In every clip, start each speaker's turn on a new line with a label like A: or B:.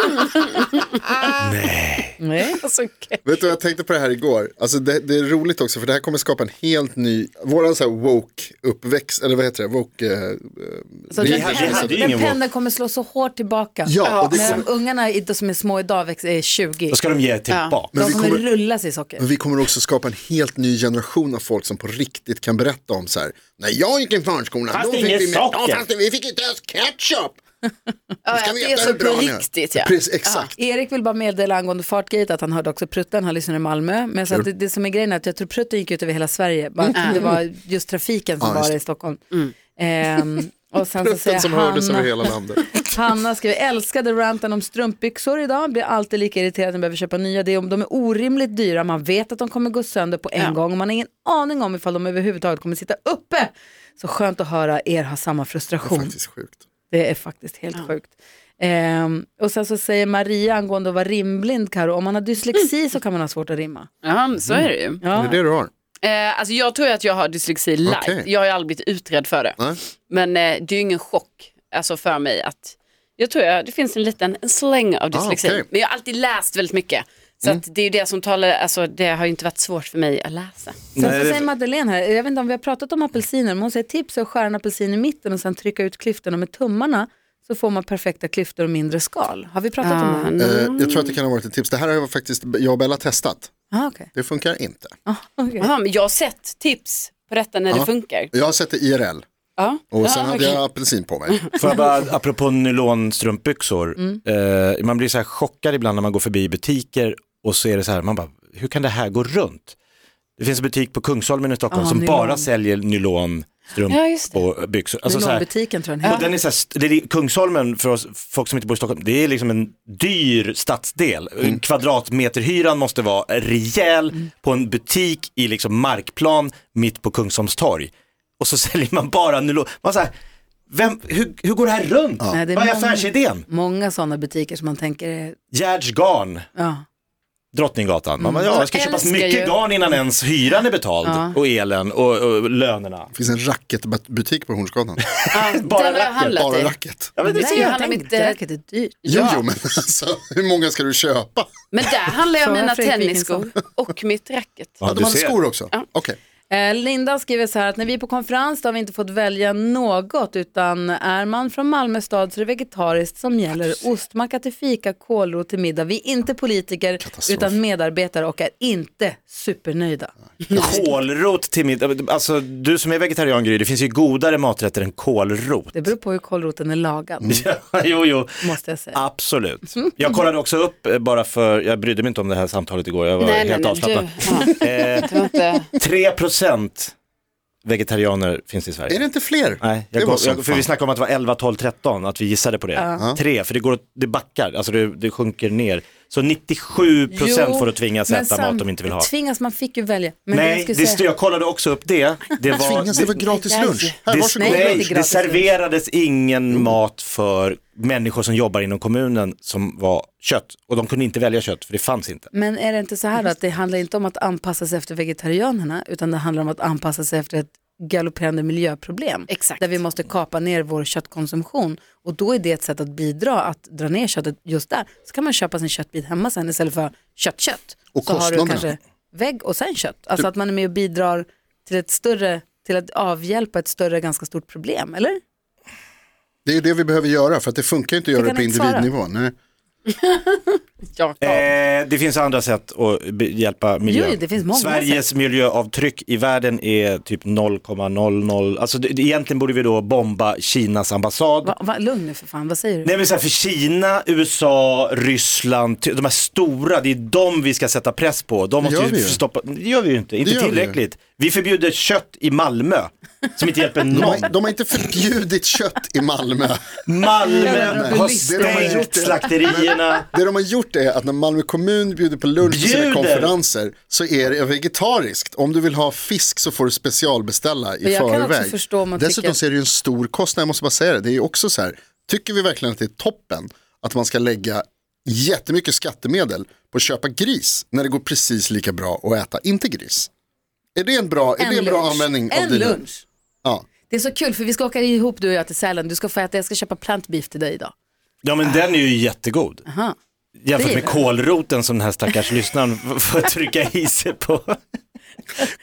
A: Nej. Nej. Alltså, ketchup.
B: Vet du vad jag tänkte på det här igår? Alltså det, det är roligt också för det här kommer skapa en helt ny, våran så här woke uppväxt, eller vad heter det, woke... Eh,
A: Så
B: det-
A: den,
C: hade- vi hade ju
A: den
C: ingen vår-
A: pendeln kommer slå så hårt tillbaka.
B: Ja, och det
A: När
B: kommer,
A: de ungarna i- som är små idag väx- är 20,
C: Då ska de ge tillbaka.
A: de
B: vi
A: kommer
B: kommer-
A: rulla sig i socker.
B: Men vi kommer också skapa en helt ny generation av folk som på riktigt kan berätta om så här, när jag gick i förskolan,
C: Fanns
B: då
C: det
B: fick
C: ingen
B: vi med,
C: socker?
B: ja, fanns det, vi fick inte ens ketchup.
D: Ja,
B: Ska
D: att det
B: veta
D: är så
B: hur bra
D: på
B: ni är.
D: riktigt ja.
B: Precis, exakt.
A: Ah. Erik vill bara meddela angående Fartgate att han hörde också Prutten, han lyssnade i Malmö. Men så att det, det som är grejen är att jag tror Prutten gick ut över hela Sverige, bara att det var just trafiken som
B: Ja,
A: var
B: just
A: i Stockholm. Ehm, och sen så säger
B: Prutten som
A: Hanna,
B: hördes över hela landet.
A: Hanna skriver, älskade ranten om strumpbyxor idag, blir alltid lika irriterad när jag behöver köpa nya. Det är om de är orimligt dyra, man vet att de kommer gå sönder på en gång och man har ingen aning om ifall de överhuvudtaget kommer sitta uppe. Så skönt att höra er ha samma frustration.
B: Faktiskt sjukt.
A: Det är faktiskt helt sjukt. Ehm, och sen så säger Maria angående att vara rimblind, Karo, om man har dyslexi så kan man ha svårt att rimma.
D: Mm.
A: Mm.
D: Ja, men så är det ju.
B: Är
A: Ja.
B: det det du har?
D: Eh, alltså jag tror att jag har dyslexi light.
B: Okej.
D: Jag har ju aldrig blivit utredd för det.
B: Nej?
D: Men eh, det är ju ingen chock alltså för mig att jag tror jag, det finns en liten en släng av dyslexi.
B: Ah, okej. Mm.
D: Men jag har alltid läst väldigt mycket. Så att det är ju det som talar, alltså det har ju inte varit svårt för mig att läsa.
A: Sen
C: Nej,
A: så
C: det-
A: säger Madeleine här, jag vet inte om vi har pratat om apelsiner, men hon säger tips är att skära en apelsin i mitten och sen trycka ut klyftorna med tummarna så får man perfekta klyftor och mindre skal. Har vi pratat om det? här?
B: Eh, jag tror att det kan ha varit ett tips. Det här har jag faktiskt, jag och Bella testat.
A: Ah, okej.
B: Det funkar inte.
A: Ah, okej.
D: Jaha, men jag har sett tips på detta när det
B: Ah. Ja.
D: funkar.
B: Jag har sett det IRL
D: Ja.
A: Ah,
B: och sen
D: ja,
B: hade
D: okej.
B: jag apelsin på mig.
C: Får jag bara, apropå nylonstrumpbyxor,
A: Mm.
C: eh, man blir så här chockad ibland när man går förbi butiker och så är det så här, man bara, hur kan det här gå runt? Det finns en butik på Kungsholmen i Stockholm
A: Ja,
C: som
A: Ah, nylon.
C: bara säljer
D: Ja, just det.
C: nylonstrumpbyxor. Alltså så här,
A: Nylonbutiken tror jag den
C: och
A: heter.
C: den är så här, st- det är, Kungsholmen, för oss, folk som inte bor i Stockholm, det är liksom en dyr stadsdel. Kvadratmeterhyran måste vara rejäl på en butik i liksom markplan mitt på Kungsholms torg. Och så säljer man bara nylon. Man så här, vem, hur, hur går det här runt?
A: Nej, det är
C: Vad är
A: många-
C: affärsidén?
A: Många sådana butiker som man tänker, är-
C: Gerds garn,
A: ja,
C: Drottninggatan. Man bara, ja,
D: Jag
C: jag ska köpa
D: älskar
C: mycket
D: ju-
C: garn innan ens hyran är betald
A: Ja.
C: och elen och, och lönerna.
B: Det finns en racketbutik på Hornsgatan.
D: Ja,
C: Bara
D: den har jag
C: racket,
D: handlat
B: Bara
D: i.
B: racket.
C: Ja, men det
D: Nej,
C: ser
D: jag
C: jag.
D: handlar
A: tänk,
D: mitt, eh,
A: det är dyrt.
B: Jo,
D: Ja.
B: jo, men alltså, hur många ska du köpa?
D: Men där handlar jag
A: Sa jag
D: mina
A: Fredrik
D: tennisskor och mitt racket.
B: Ja, de
C: du
B: hade
C: ser.
B: skor också? Okej.
A: Eh, Linda skriver så här att när vi är på konferens då har vi inte fått välja något utan är man från Malmö stad så är det vegetariskt som gäller. Ostmacka till fika, kålrot till middag. Vi är inte politiker utan medarbetare och är inte supernöjda.
C: Kålrot till middag, alltså du som är vegetarian Gry, det finns ju godare maträtter än kålrot.
A: Det beror på hur kålroten är lagad
C: Mm. jo, jo.
A: måste jag säga.
C: Absolut. Jag kollade också upp, eh, bara för, jag brydde mig inte om det här samtalet igår, jag var
D: Nej, nej,
C: helt
D: nej,
C: avslappnad.
D: du.
C: Eh,
D: Ja, inte.
C: 3% vegetarianer finns i Sverige.
B: Är det inte fler?
C: Nej, jag
B: det
C: går,
B: var
C: jag,
B: jag,
C: för vi snackade om att det var 11, 12, 13, att vi gissade på det. Tre, för det, går, åt- det backar, alltså det, det sjunker ner. Så 97%
A: Jo,
C: får att tvingas
A: men
C: äta mat de inte vill ha.
A: Tvingas, man fick ju välja. Men det
C: Nej,
A: jag
C: det
A: skulle säga-
C: stod- jag kollade också upp det. Det var,
B: Tvingas det var gratis
D: Nej.
B: lunch. Här,
C: det,
B: varsågod.
A: Nej,
C: nej,
A: inte
C: det
A: gratis.
C: serverades ingen mat för människor som jobbar inom kommunen som var kött. Och de kunde inte välja kött för det fanns inte.
A: Men är det inte så här då, att det handlar inte om att anpassa sig efter vegetarianerna utan det handlar om att anpassa sig efter ett galopperande miljöproblem.
D: Exakt.
A: Där vi måste kapa ner vår köttkonsumtion och då är det ett sätt att bidra att dra ner köttet just där. Så kan man köpa sin köttbit hemma sen istället för kött-kött.
B: Och
A: så har du
B: kostnaderna.
A: kanske vägg och sen kött. Alltså att man är med och bidrar till ett större till att avhjälpa ett större ganska stort problem, eller?
B: Det är ju det vi behöver göra för att det funkar ju inte att göra
A: Det kan
B: det, på
A: jag inte svara.
B: individnivå. Nej.
D: Jakob.
C: Eh, det finns andra sätt att be- hjälpa miljön.
A: Jo, det finns många
C: Sveriges miljöavtryck i världen är typ 0,00. Alltså det, det- egentligen borde vi då bomba Kinas ambassad.
A: Va, va, lugn nu för fan, vad säger du?
C: Nej men så här, för Kina, USA, Ryssland, ty- de här stora, det är de vi ska sätta press på. De måste
B: gör
C: ju
B: vi ju.
C: stoppa, det gör vi ju inte, inte
B: gör vi ju.
C: tillräckligt. Vi, förbjuder kött i Malmö, som inte hjälper
B: De,
C: någon.
B: har, de har inte förbjudit kött i Malmö.
C: Malmö
A: Nej,
C: har
B: det de har
C: stängt
B: gjort är-
C: slakterierna.
B: Det de har gjort är att när Malmö kommun bjuder på lunch på
C: Bjuder.
B: sina konferenser så är det vegetariskt. Om du vill ha fisk så får du specialbeställa i
A: Men jag kan också
B: förväg.
A: förstå om man
B: Dessutom
A: tycker-
B: så är det ju en stor kostnad, jag måste bara säga det. Det är ju också så här, tycker vi verkligen att det är toppen att man ska lägga jättemycket skattemedel på att köpa gris när det går precis lika bra att äta inte gris? Är det en bra, är det en bra användning
A: en
B: av dina...
A: lunch.
B: Ja.
A: Det är så kul för vi ska åka ihop du och jag till Sälen. Du ska få äta, jag ska köpa plant beef till dig idag.
C: Ja men den är ju jättegod.
A: Aha.
C: Jämfört
A: Det är
C: med
A: det.
C: kålroten som den här stackars lyssnaren f- får trycka i sig på.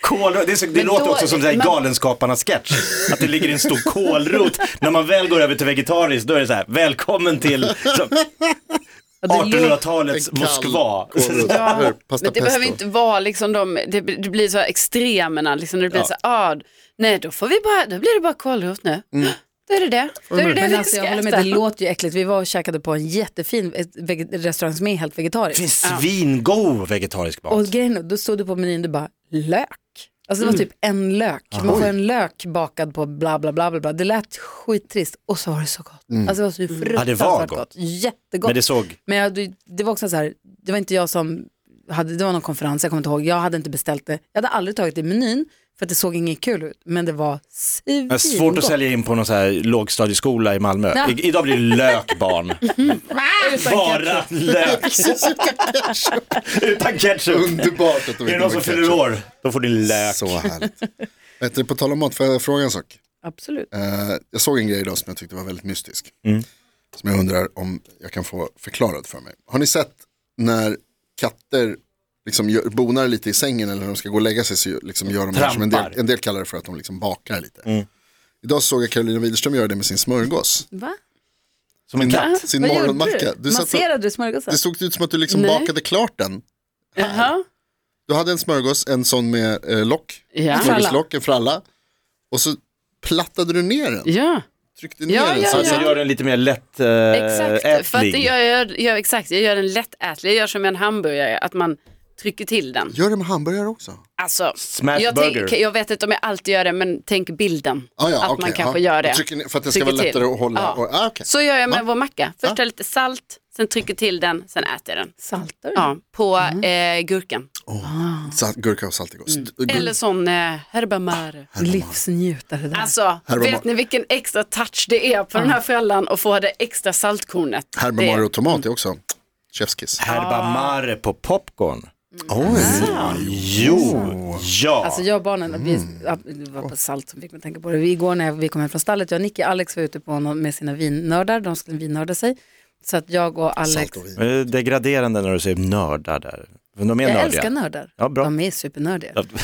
C: Kålrot, det är så, det
D: Men
C: låter
D: då-
C: också som man...
D: man-
C: Galenskaparnas sketch. Att det ligger en stor kålrot. När man väl går över till vegetariskt då är det så här, välkommen till så,
A: Ja, det låter-
C: 1800-talets Moskva.
B: Kålrot, eller pasta
D: Men det behöver
B: pesto.
D: inte vara liksom de, det, det blir så här extremerna, liksom det blir så här, ah, nej då får vi bara, då blir det bara kålrot nu.
B: Mm.
D: Då är det det, då är det det
A: Men
D: vi
A: alltså,
D: ska
A: jag håller med,
D: äta.
A: det låter ju äckligt. Vi var och käkade på en jättefin ett vege- restaurang som är helt
C: Det
A: vegetarisk.
C: finns svingod vegetarisk mat.
A: Och grejen, är, då stod det på menyn, du bara lök. Alltså det var typ en lök. Man får en lök bakad på bla bla bla bla. bla. Det lät skittrist och så var det så gott. Alltså det var så fruktansvärt
C: Ja, det var
A: gott.
C: gott.
A: Jättegott.
C: Men det såg,
A: Men jag, det- det var också så här, det var inte jag som hade, det var någon konferens, jag kommer inte ihåg, jag hade inte beställt det. Jag hade aldrig tagit det i menyn för att det såg inget kul ut, men det var
C: det är
A: svingott.
C: svårt att sälja in på någon så här lågstadieskola i Malmö.
A: Ja.
C: I, idag blir det lök barn. Bara lök. Utan ketchup.
B: Underbart att de
C: Är det
B: inte
C: någon som
B: med
C: fyller
B: ketchup.
C: år, då får ni lök.
B: Så härligt. Vet du, på tal om mat, får jag fråga en sak?
A: Absolut.
B: Eh, jag såg en grej idag som jag tyckte var väldigt mystisk.
C: Mm.
B: Som jag undrar om jag kan få förklarad för mig. Har ni sett när katter liksom gör, bonar lite i sängen eller när de ska gå och lägga sig så gör- liksom gör de det här som en del,
C: Trampar. Mm.
B: en del kallar det för att de liksom bakar lite. Idag såg jag Carolina Widerström göra det med sin smörgås.
A: Va?
C: Som en katt.
B: Sin
A: Vad gjorde
B: morgonmacka.
A: Du,
B: Du satt och-
A: Masserade du smörgåsen?
B: Det såg ut som att du liksom
D: Nej.
B: bakade klart den.
D: Jaha,
B: Du hade en smörgås, en sån med eh, lock,
D: Ja.
B: smörgåslock, en fralla. Och så plattade du ner den,
D: ja.
B: tryckte ner
D: Ja,
B: den.
D: ja,
B: så
C: Så
B: att
C: jag Alltså, gör den lite mer eh,
D: Exakt, för att
C: lättätlig.
D: jag gör, jag, exakt, jag gör den lättätlig, jag gör som en hamburgare, att man trycker till den.
B: Gör det med hamburgare också.
D: Alltså,
C: Smash
D: jag,
C: burger.
D: tänk, jag vet inte om jag alltid gör det, men tänk bilden.
B: Ah, ja,
D: att
B: okej,
D: man kanske
B: ja.
D: gör det.
B: Och trycker ner- för att det ska
D: Trycker
B: vara lättare
D: till.
B: att hålla.
D: Ja.
B: Och, ah, okej.
D: Så gör jag med
B: Va?
D: vår macka. Först
B: Ja.
D: tar jag lite salt, sen trycker till den, sen äter jag den.
A: Saltar du?
D: Ja, på eh, gurkan.
B: Salt, gurka och salt är gott.
D: Mm. Eller sån eh, herbamare.
A: Livsnjutare där.
D: Alltså,
B: Herbamare.
D: vet ni vilken extra touch det är på den här frällan att få det extra saltkornet? Det-
B: Herbamare och tomat är också chefskiss.
C: Herbamare på popcorn.
B: Oj,
C: Jo, ja.
A: Alltså jag och barnen,
B: Mm.
A: vi, ja, det var på salt som fick mig att tänka på det. Vi, igår när vi kom hem från stallet, jag och Nicky, Alex var ute på någon, med sina vinnördar, de skulle vinnörda sig. Så att jag och Alex,
B: salt och vin.
C: Men Det är degraderande när du säger nördar där. Men de är
A: jag
C: nördiga.
A: älskar nördar.
C: Ja, bra.
A: De är supernördiga.
C: Ja.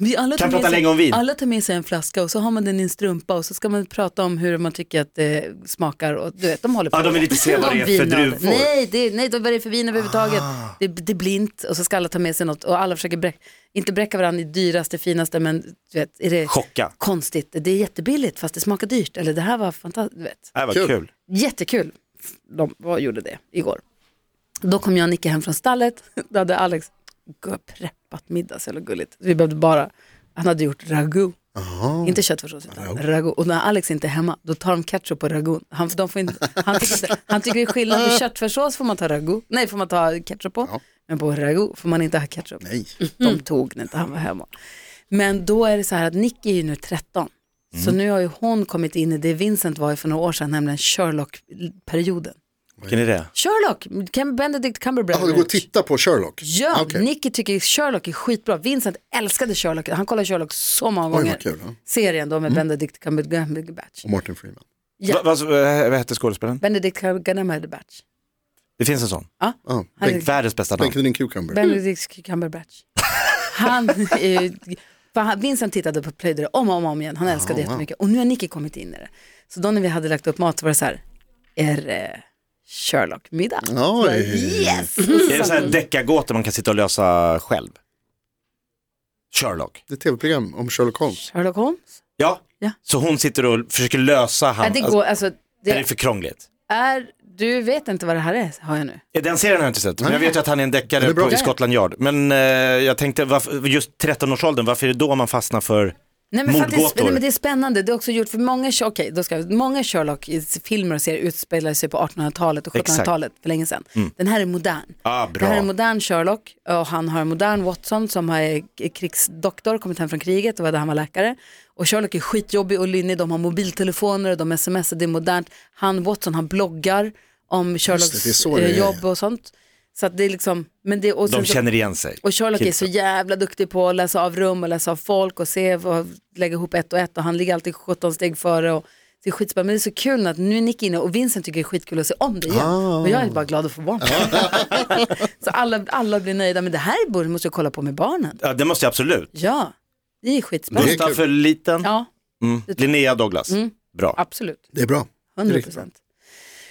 A: Vi alla
C: Kan
A: tar med
C: prata
A: sig-
C: länge om vin.
A: Alla tar med sig en flaska och så har man den i en strumpa och så ska man prata om hur man tycker att det smakar och du vet, de håller på.
C: Ja, de vill inte se vad det är för
A: vinnördar.
C: druvor. Ah.
A: Nej, det, är- nej, de- vad det är för vin överhuvudtaget. Det, det är blint och så ska alla ta med sig något och alla försöker bräck, inte bräcka varandra i dyraste, finaste, men du vet, är det
C: Chocka.
A: konstigt? Det är jättebilligt fast det smakar dyrt eller det här var fantastiskt, du vet.
C: Det här var
B: Kul.
C: kul.
A: Jättekul. De var, gjorde det igår. Då kom jag och Nicke hem från stallet. Då hade Alex g- preppat middag, så jävla gulligt. Vi behövde bara, han hade gjort ragu. Inte köttfärssås utan ragu. Och när Alex inte är hemma, då tar de ketchup på ragun. Han, de får inte, han, tycker, inte- han tycker det är skillnad på köttfärssås får man ta ragu. Nej, får man ta ketchup på. Men på ragu får man inte ha ketchup.
B: Nej.
A: De tog när inte han var hemma. Men då är det så här att Nicky är ju nu 13. Så
B: Mm.
A: nu har ju hon kommit in i det Vincent var i för några år sedan, nämligen Sherlock-perioden.
C: Vilken är det?
A: Sherlock, Cam Benedict Cumberbatch.
B: Ah, du går och tittar på Sherlock? Ah,
A: Ja,
B: Okej.
A: Nicky tycker Sherlock är skitbra. Vincent älskade Sherlock. Han kollade Sherlock så många
B: Oj,
A: gånger.
B: vad kul. Mm. Ja.
A: Serien då med Benedict Cumberbatch.
B: Och Martin Freeman.
A: Ja.
C: Va, vad- vad hette skådespelaren?
A: Benedict Cumberbatch.
C: Det finns en sån.
B: Ah,
A: Han
B: Bengt-
A: är,
C: Världens bästa namn.
B: Bengt din cucumber.
A: Benedict Cumberbatch. Han, eh, för han, Vincent tittade på Play Doh om och om, och om igen. Han älskade det jättemycket. Och nu har Nicky kommit in i det. Så då när vi hade lagt upp mat så var det så här, är det Sherlock-middag?
B: Oj.
A: Yes!
C: Är det så här deckargåtor man kan sitta och lösa själv? Sherlock.
B: Det är tv-program om Sherlock Holmes.
A: Sherlock Holmes?
C: Ja.
A: Ja.
C: Så hon sitter och försöker lösa han.
A: Nej, det går, alltså,
C: det... Är det
A: det
C: för krångligt?
A: är, du vet inte vad det här är, har jag nu.
C: Eh, Den serien har jag inte sett, men
B: Nej.
C: jag vet ju att han är en
B: Den
C: deckare
B: är bra.
C: på, i Scotland Yard. Men eh, jag tänkte, varför, just 13-årsåldern, varför är det då man fastnar för
A: Nej men, för att det är,
C: Mordgåtor.
A: nej men det är spännande, det är också gjort för många, Sher- okej, då ska, många Sherlock-filmer och serier utspelar sig på 1800-talet och
C: Exakt. Mm.
A: 1700-talet för länge sedan. Den här är modern.
C: Ah,
A: Det här är
C: bra.
A: en modern Sherlock och han har en modern Watson som är krigsdoktor, kommit hem från kriget och var där han var läkare. Och Sherlock är skitjobbig och lynnig, de har mobiltelefoner och de smsar, det är modernt. Han, Watson, han bloggar om
B: det, det är
A: Sherlocks
B: så det
A: eh,
B: är.
A: jobb och sånt. Så att det är liksom, men det, och
C: de
A: sen så-
C: känner igen sig?
A: och Sherlock är så
C: Kidsen.
A: jävla duktig på att läsa av rum och läsa av folk och se och lägga ihop ett och ett och han ligger alltid 17 steg före och det är skitspännande. Men det är så kul nu att nu är Nick inne och Vincent tycker det är skitkul att se om det igen. Och jag är bara glad att få barn. så alla, alla blir nöjda. Men det här borde- måste jag kolla på med barnen.
C: Ja, det måste jag absolut.
A: Ja, det är skitspännande.
C: Gustav för liten.
A: Ja,
C: Mm. Linnea Douglas. Bra.
A: absolut.
B: Det är bra.
A: 100 procent.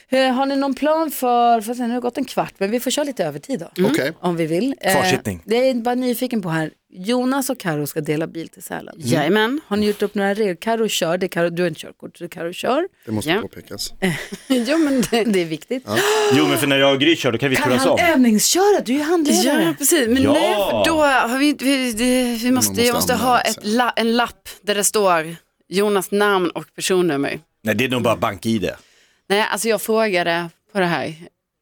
E: Eh, Har ni någon plan för, för sen har det gått en kvart, men vi får köra lite övertid då.
B: Okej.
E: Om vi vill. Eh,
C: Kvarsittning.
E: Det är jag bara nyfiken på här. Jonas och Karo ska dela bil till Sälen.
A: Jajamän.
E: Har ni gjort upp några regler? Karo kör, det är Karo, du har inte körkort, så Karo kör.
B: Det måste
A: Ja.
B: påpekas.
E: jo men det, det är viktigt.
C: Jo men för när jag och Gry kör då kan vi
E: Kan
C: turas om.
E: han övningsköra? Du är ju
A: Ja,
E: handledare.
A: precis. Men
C: Ja.
A: nej, för då har vi, vi, det- vi måste,
B: måste
A: jag måste ha
B: anmäla
A: ett
B: sig.
A: la, en lapp där det står Jonas namn och personnummer.
C: Nej det är nog bara bank-id.
A: Nej, alltså jag frågade på det här.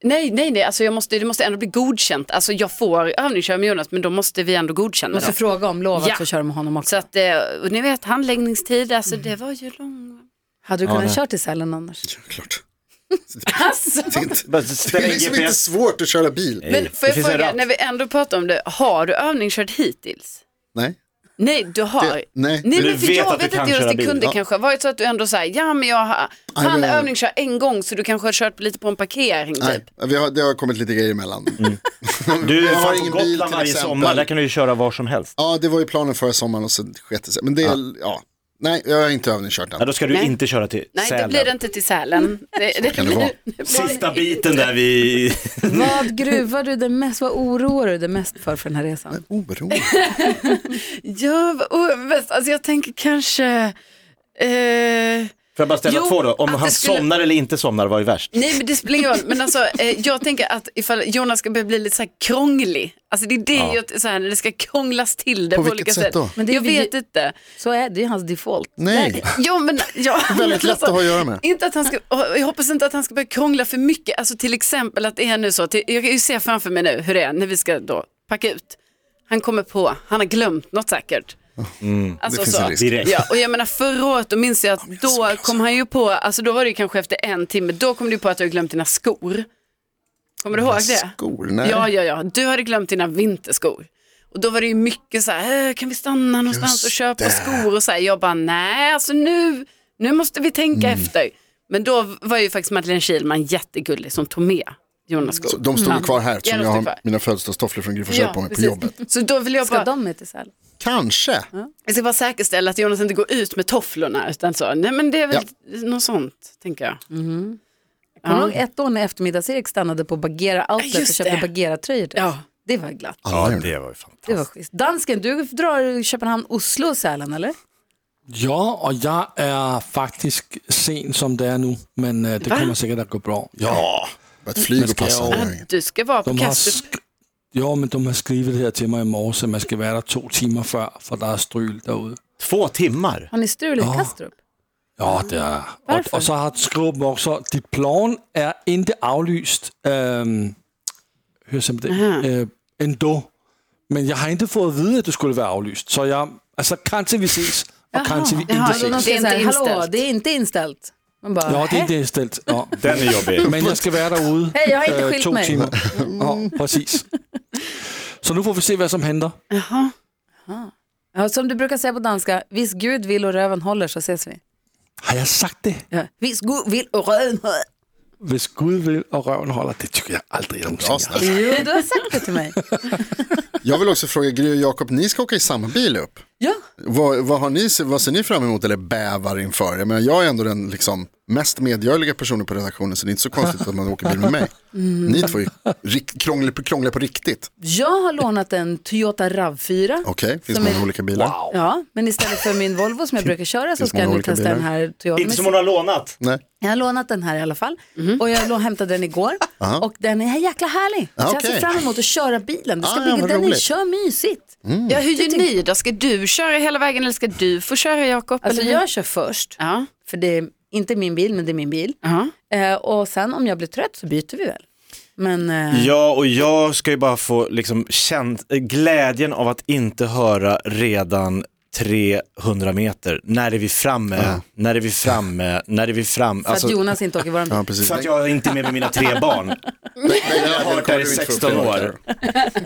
A: Nej, nej, nej, alltså jag måste, det måste ändå bli godkänt. Alltså jag får övningsköra med Jonas, men då måste vi ändå godkänna
E: Måste
A: det.
E: fråga om lov att
A: Ja.
E: få köra med honom också.
A: Så att, eh, och ni vet handläggningstid, alltså det var ju lång.
E: Hade du kunnat köra till Sälen annars?
B: Ja, klart.
A: Alltså,
B: Det är inte,
C: Bara
B: det
C: ställa
B: är
C: in
B: liksom inte
C: GPS.
B: svårt att köra bil.
C: Nej,
A: men får jag
C: det finns en
A: fråga,
C: ratt.
A: när vi ändå pratar om det, har du övningskört hittills?
B: Nej.
A: Nej, du har.
B: Det- nej.
A: nej
C: Du
A: men för
C: vet
A: jag
C: att du
A: vet
C: kan
A: att Jonas,
C: köra
A: det
C: bil.
A: kunde
B: Ja.
A: kanske ha varit så att du ändå säger, ja men jag har,
B: Nej,
A: han
B: men-
A: övningskör en gång så du kanske har kört lite på en parkering
B: Nej,
A: typ.
B: vi har, det har kommit lite grejer emellan.
C: Mm. Du är
B: Jag har
C: fan
B: ingen
C: på
B: bil,
C: Gotland
B: till
C: varje
B: exempel.
C: sommar, där kan du ju köra var som helst.
B: Ja, det var ju planen förra sommaren och så sket det sig. Men det, ja. ja. Nej, jag har inte övningskört
C: Ja,
B: än.
C: då ska du
A: Nej.
C: inte köra till
A: Nej, det
C: Sälen.
A: blir det inte till Sälen. Det, det
B: Kan det vara?
C: Sista biten där vi...
E: Vad gruvar du det mest, vad oroar du dig mest för för den här resan?
B: Oberoende.
A: Ja, vad- oh, mest, alltså jag tänker kanske, eh,
C: Får jag bara ställa
A: Jo,
C: två då? Om
A: att det
C: han
A: skulle-
C: somnar eller inte somnar var ju värst.
A: nej men det spelar ingen roll, men alltså eh, jag tänker att ifall Jonas ska börja bli lite så här krånglig, alltså det är det jag, så här, när det ska krånglas till det på,
B: På vilket
A: olika
B: sätt
A: sätt.
B: då?
E: Men det är
A: jag
E: vi-
A: vet inte.
E: Så är det, det är hans default.
B: Nej,
A: Jo, men, ja,
B: väldigt
A: men
B: lätt att ha att göra med.
A: Inte att han ska, och jag hoppas inte att han ska börja krångla för mycket. Alltså till exempel att det är nu så, till, jag kan ju se framför mig nu hur det är när vi ska då packa ut. Han kommer på, han har glömt något säkert. Alltså
B: det finns
A: så.
B: en risk.
C: Direkt.
A: Ja, och jag menar förra året då minns jag att då kom han ju på, alltså då var det ju kanske efter en timme, då kom du på att du hade glömt dina skor. Kommer du ihåg det?
B: Skor? Nej.
A: Ja, ja, ja. Du hade glömt dina vinterskor. Och då var det ju mycket så här, "Eh, kan vi stanna någonstans
B: Just
A: och köpa
B: det.
A: skor och så här. Jag bara, nej, alltså nu, nu måste vi tänka
B: Mm.
A: efter. Men då var ju faktiskt Madeleine Kihlman jättegullig som tog med Jonas skor.
B: Så de stod ju kvar här
A: Ja,
B: eftersom
A: de
B: jag
A: stod
B: har
A: kvar.
B: mina födelsedagstofflor från Gry Forssell på mig på
A: precis.
B: jobbet.
A: Så då vill jag
E: Ska
A: bara,
E: de med till Sälen?
B: Kanske.
A: jag ska bara säkerställa att Jonas inte går ut med tofflorna utan så, nej men det är väl något sånt, tänker jag.
E: Mm. Kommer du ihåg ett år när eftermiddags-Erik stannade på Bagheera Outlet
A: Ja,
E: och
A: just
E: köpte
A: det.
E: Bagheera-tröjor till oss?
A: Ja.
E: Det var glatt.
C: Ja, det var ju fantastiskt.
E: Det var schysst. Dansken, du drar Köpenhamn, Oslo och Sälen eller?
F: Ja, og jeg er faktisk sen, som det er nu, men øh, det kommer sikkert at gå bra. Ja,
B: Börjat flyg och
F: ska
B: passa.
F: jag-
B: det var inget.
A: Du ska vara på
F: de har
A: Kastrup.
F: sk- jo, men de har skrivet det her til mig i morges, at man skal være der to timer før, for der er stryl derude.
C: Två timmar?
E: Har ni strul i Kastrup?
F: Ja, det Alltså, er. Og,
E: Varför?
F: og så har skrevet dem også, dit plan er ikke aflyst. Øhm, hør simpelthen. Øh, endda. Men jeg har ikke fået at vide, at det skulle være aflyst. Så jeg, altså, kan til vi ses, og kan til vi
E: Ja,
F: ikke
E: då de
F: ses.
E: säger så
A: Det är
E: här,
A: inte
E: Hallå,
A: inställt."
E: det är inte inställt. Man bara,
F: Ja, det er
E: "Hä?"
F: ikke det stilt. Ja.
C: Den är jobbig.
F: Men jeg skal være derude
E: Hey, jeg har ikke
F: øh,
E: skilt
F: to
E: mig.
F: timer. Ja, præcis. Så nu får vi se, hvad som henter.
A: Jaha.
E: Ja, som du brukar säga på danska, vis Gud vill og röven håller så ses vi.
F: Har jeg sagt det?
E: Ja. Vis Gud vill och röven håller.
F: Hvis Gud vil, og røven holder, det tykker jeg aldrig, jeg nogensinde
B: Ja,
F: har
B: snälla.
E: Jo, du har sagt det till mig.
B: Jag vill också fråga Gry och Jakob, ni ska åka i samma bil upp.
E: Ja,
B: Vad, vad, har ni, vad ser ni fram emot eller bävar inför? Jag, menar, jag är ändå den liksom, mest medgörliga personen på redaktionen så det är inte så konstigt att man åker bil med mig. Ni två är ju rikt, krångliga, på- krångliga på riktigt.
E: jag har lånat en Toyota RAV4.
B: Okej, finns
E: Som
B: många
E: är-
B: olika bilar.
E: Ja, men istället för min Volvo som jag brukar köra så
B: Finns
E: ska jag
B: många
E: nu
B: olika
E: testa
B: bilar.
E: den här Toyota.
C: Inte Mhm. som hon har lånat.
B: Nej.
E: Jag har lånat den här i alla fall. Och jag lå- hämtade den igår. Och den är jäkla härlig. Så jag ser
B: okej.
E: fram emot att köra bilen. Det ska
B: Ah,
E: bli,
B: ja, vad
E: den är
B: roligt.
E: kör mysigt.
C: Mm.
A: Ja, hur gör ni då? Ska du köra hela vägen eller ska du få köra Jakob?
E: Alltså
A: eller hur?
E: jag kör först.
A: Ja.
E: För det är inte min bil, men det är min bil.
A: Ja.
E: Eh, och sen om jag blir trött så byter vi väl. Men eh,
C: Ja, och jag ska ju bara få liksom känt glädjen av att inte höra redan 300 meter. När är vi framme? När är vi framme? När är vi framme?
E: för att Jonas inte åker i våran bil.
B: Ja, precis.
C: För att jag inte är med med mina tre barn. Jag har hört det här i 16 år.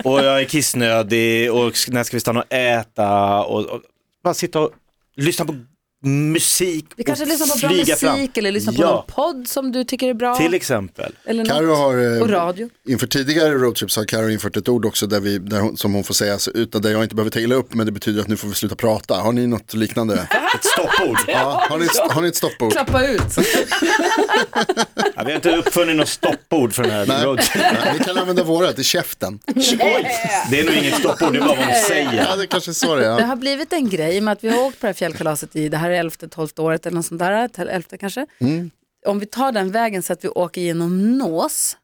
C: Och jag är kissnödig och sk- när ska vi stanna och äta? Och, och bara sitta och lyssna på musik
G: Vi kanske
C: och
G: lyssnar på bra
C: flyga
G: musik
C: fram.
G: eller lyssnar på
C: ja,
G: någon podd som du tycker är bra.
C: till exempel.
G: eller något.
B: Karo har, eh,
G: Och radio.
B: inför tidigare roadtrips har Karo infört ett ord också där vi, där hon, som hon får säga, alltså, utan där jag inte behöver ta illa upp, men det betyder att nu får vi sluta prata. Har ni något liknande?
C: Ett stoppord.
B: ja, har, ni, ett- har ni ett stoppord?
A: Klappa ut.
C: Ja, vi har inte uppfunnit något stoppord för den här
B: Nej.
C: roadtripen.
B: Nej, Ni kan använda vårat i käften.
C: Oj, det är nog inget stoppord, det är bara vad man
B: Ja,
C: säger.
B: det kanske är så det
A: Det
B: är.
A: har blivit en grej i och med att vi har åkt på det här fjällkalaset i det här är elfte, tolfte året eller något sånt där, tel- elfte kanske. Om vi tar den vägen så att vi åker genom Nås,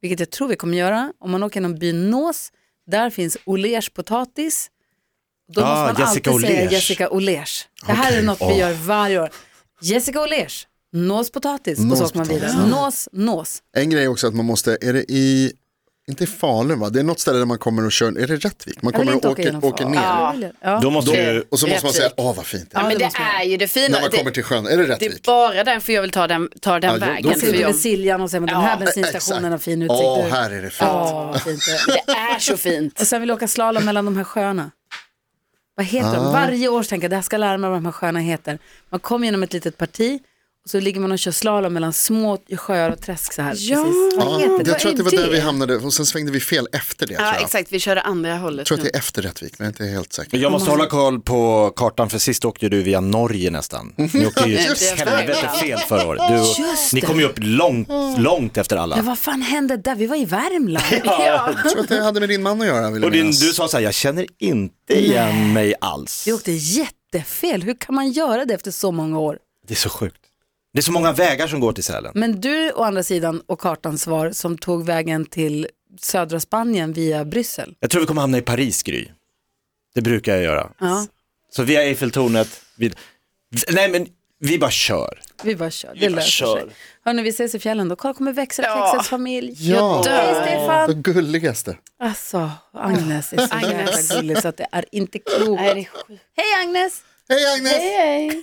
A: vilket jag tror vi kommer göra, om man åker genom byn Nås, där finns Olers potatis. Då
C: Ah,
A: måste man
C: Jessica
A: alltid säga
C: Olers.
A: Jessica Olers. Det här är något vi gör varje år. Jessica Olers, Nås potatis och så åker man
B: Nås-potatis.
A: vidare. Nås, Nås.
B: En grej också att man måste, är det i, inte i Falun va? Det är något ställe där man kommer och kör, är det Rättvik? Man
A: Jag vill
B: kommer och
A: inte åka
B: åker,
A: genom
B: åker
A: Falun.
B: ner.
A: Ja. Ja.
C: Då måste du,
B: Och så måste man säga,
D: Rättvik.
B: åh vad fint det är.
D: Ja, men det
A: måste man.
D: är ju det fina.
B: När man
D: Det-
B: kommer till sjön, är det
D: Det är
B: Rättvik?
D: bara därför jag vill ta den, ta den
B: Typ. Ja, då- då
D: vägen.
B: får
A: Ser
D: för
A: du
D: jag,
A: med Siljan och säger men den här
D: Ja,
A: bensinstationen har fin utsikt.
B: Åh, här är det fint.
A: Ja, vad fint det är.
D: det är så fint.
A: Och sen vill jag åka slalom mellan de här sjöarna. Vad heter
B: Ah.
A: de? Varje år tänker jag, det här ska jag lära mig vad de här sjöarna heter. Man kommer genom ett litet parti och så ligger man och kör slalom mellan små sjöar och träsk så här.
G: Ja.
A: Precis. Vad
B: Ja,
A: heter det?
B: Ah, jag tror att det var
D: är
B: där vi
D: det?
B: hamnade och sen svängde vi fel efter det. tror
D: Ja,
B: jag.
D: exakt. Vi kör det andra hållet.
B: jag tror att
D: nu.
B: det är efter Rättvik, men jag är inte helt säker.
C: jag måste hålla koll på kartan för sist åkte ju du via Norge nästan. Ni åkte ju
D: Just det.
C: helvete fel förra året. Du,
A: Just
C: ni
A: det.
C: kom ju upp långt, långt efter alla.
A: Men vad fan hände där? Vi var i Värmland.
B: Jag tror att det hade med din man att göra, vill
C: Och
B: jag
C: din,
B: minnas.
C: du sa så här, jag känner inte igen mig alls.
A: Vi åkte jättefel. Hur kan man göra det efter så många år?
C: Det är så sjukt. Det är så många vägar som går till Sälen.
A: Men du å andra sidan och kartans var som tog vägen till södra Spanien via Bryssel.
C: Jag tror vi kommer hamna i Paris, Gry. Det brukar jag göra.
A: Ja,
C: Så via Eiffeltornet, vid... nej men vi bara kör.
A: vi bara kör. Det
C: Vi bara
A: löser sig.
C: kör.
A: Hörni, vi ses i fjällen då. Kolla, kommer växel,
D: Ja.
A: växels familj.
B: Ja,
A: Hej Stefan!
B: det gulligaste.
A: Alltså, Agnes är så jävla gullig så att det är inte klokt.
D: Nej, det är sjukt.
A: Hej Agnes!
B: Hej Agnes!
D: Hej.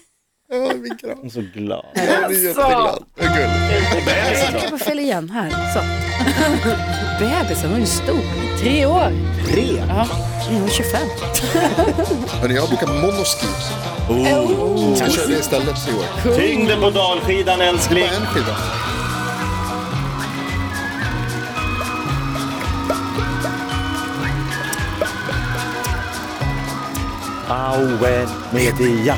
B: Åh, min kram.
C: Jag är så glad.
B: Jag blir jätteglad. Vad gulligt.
A: Tryck på fel igen här. Så. Bebisen, hon är ju stor.
D: Tre år.
A: Hon är 25.
B: Hörni, jag har bokat monoski.
C: Oh.
B: Jag kör det istället i år.
C: Tyngden på dalskidan älskling.
B: Bara en skiva.
C: Aue media.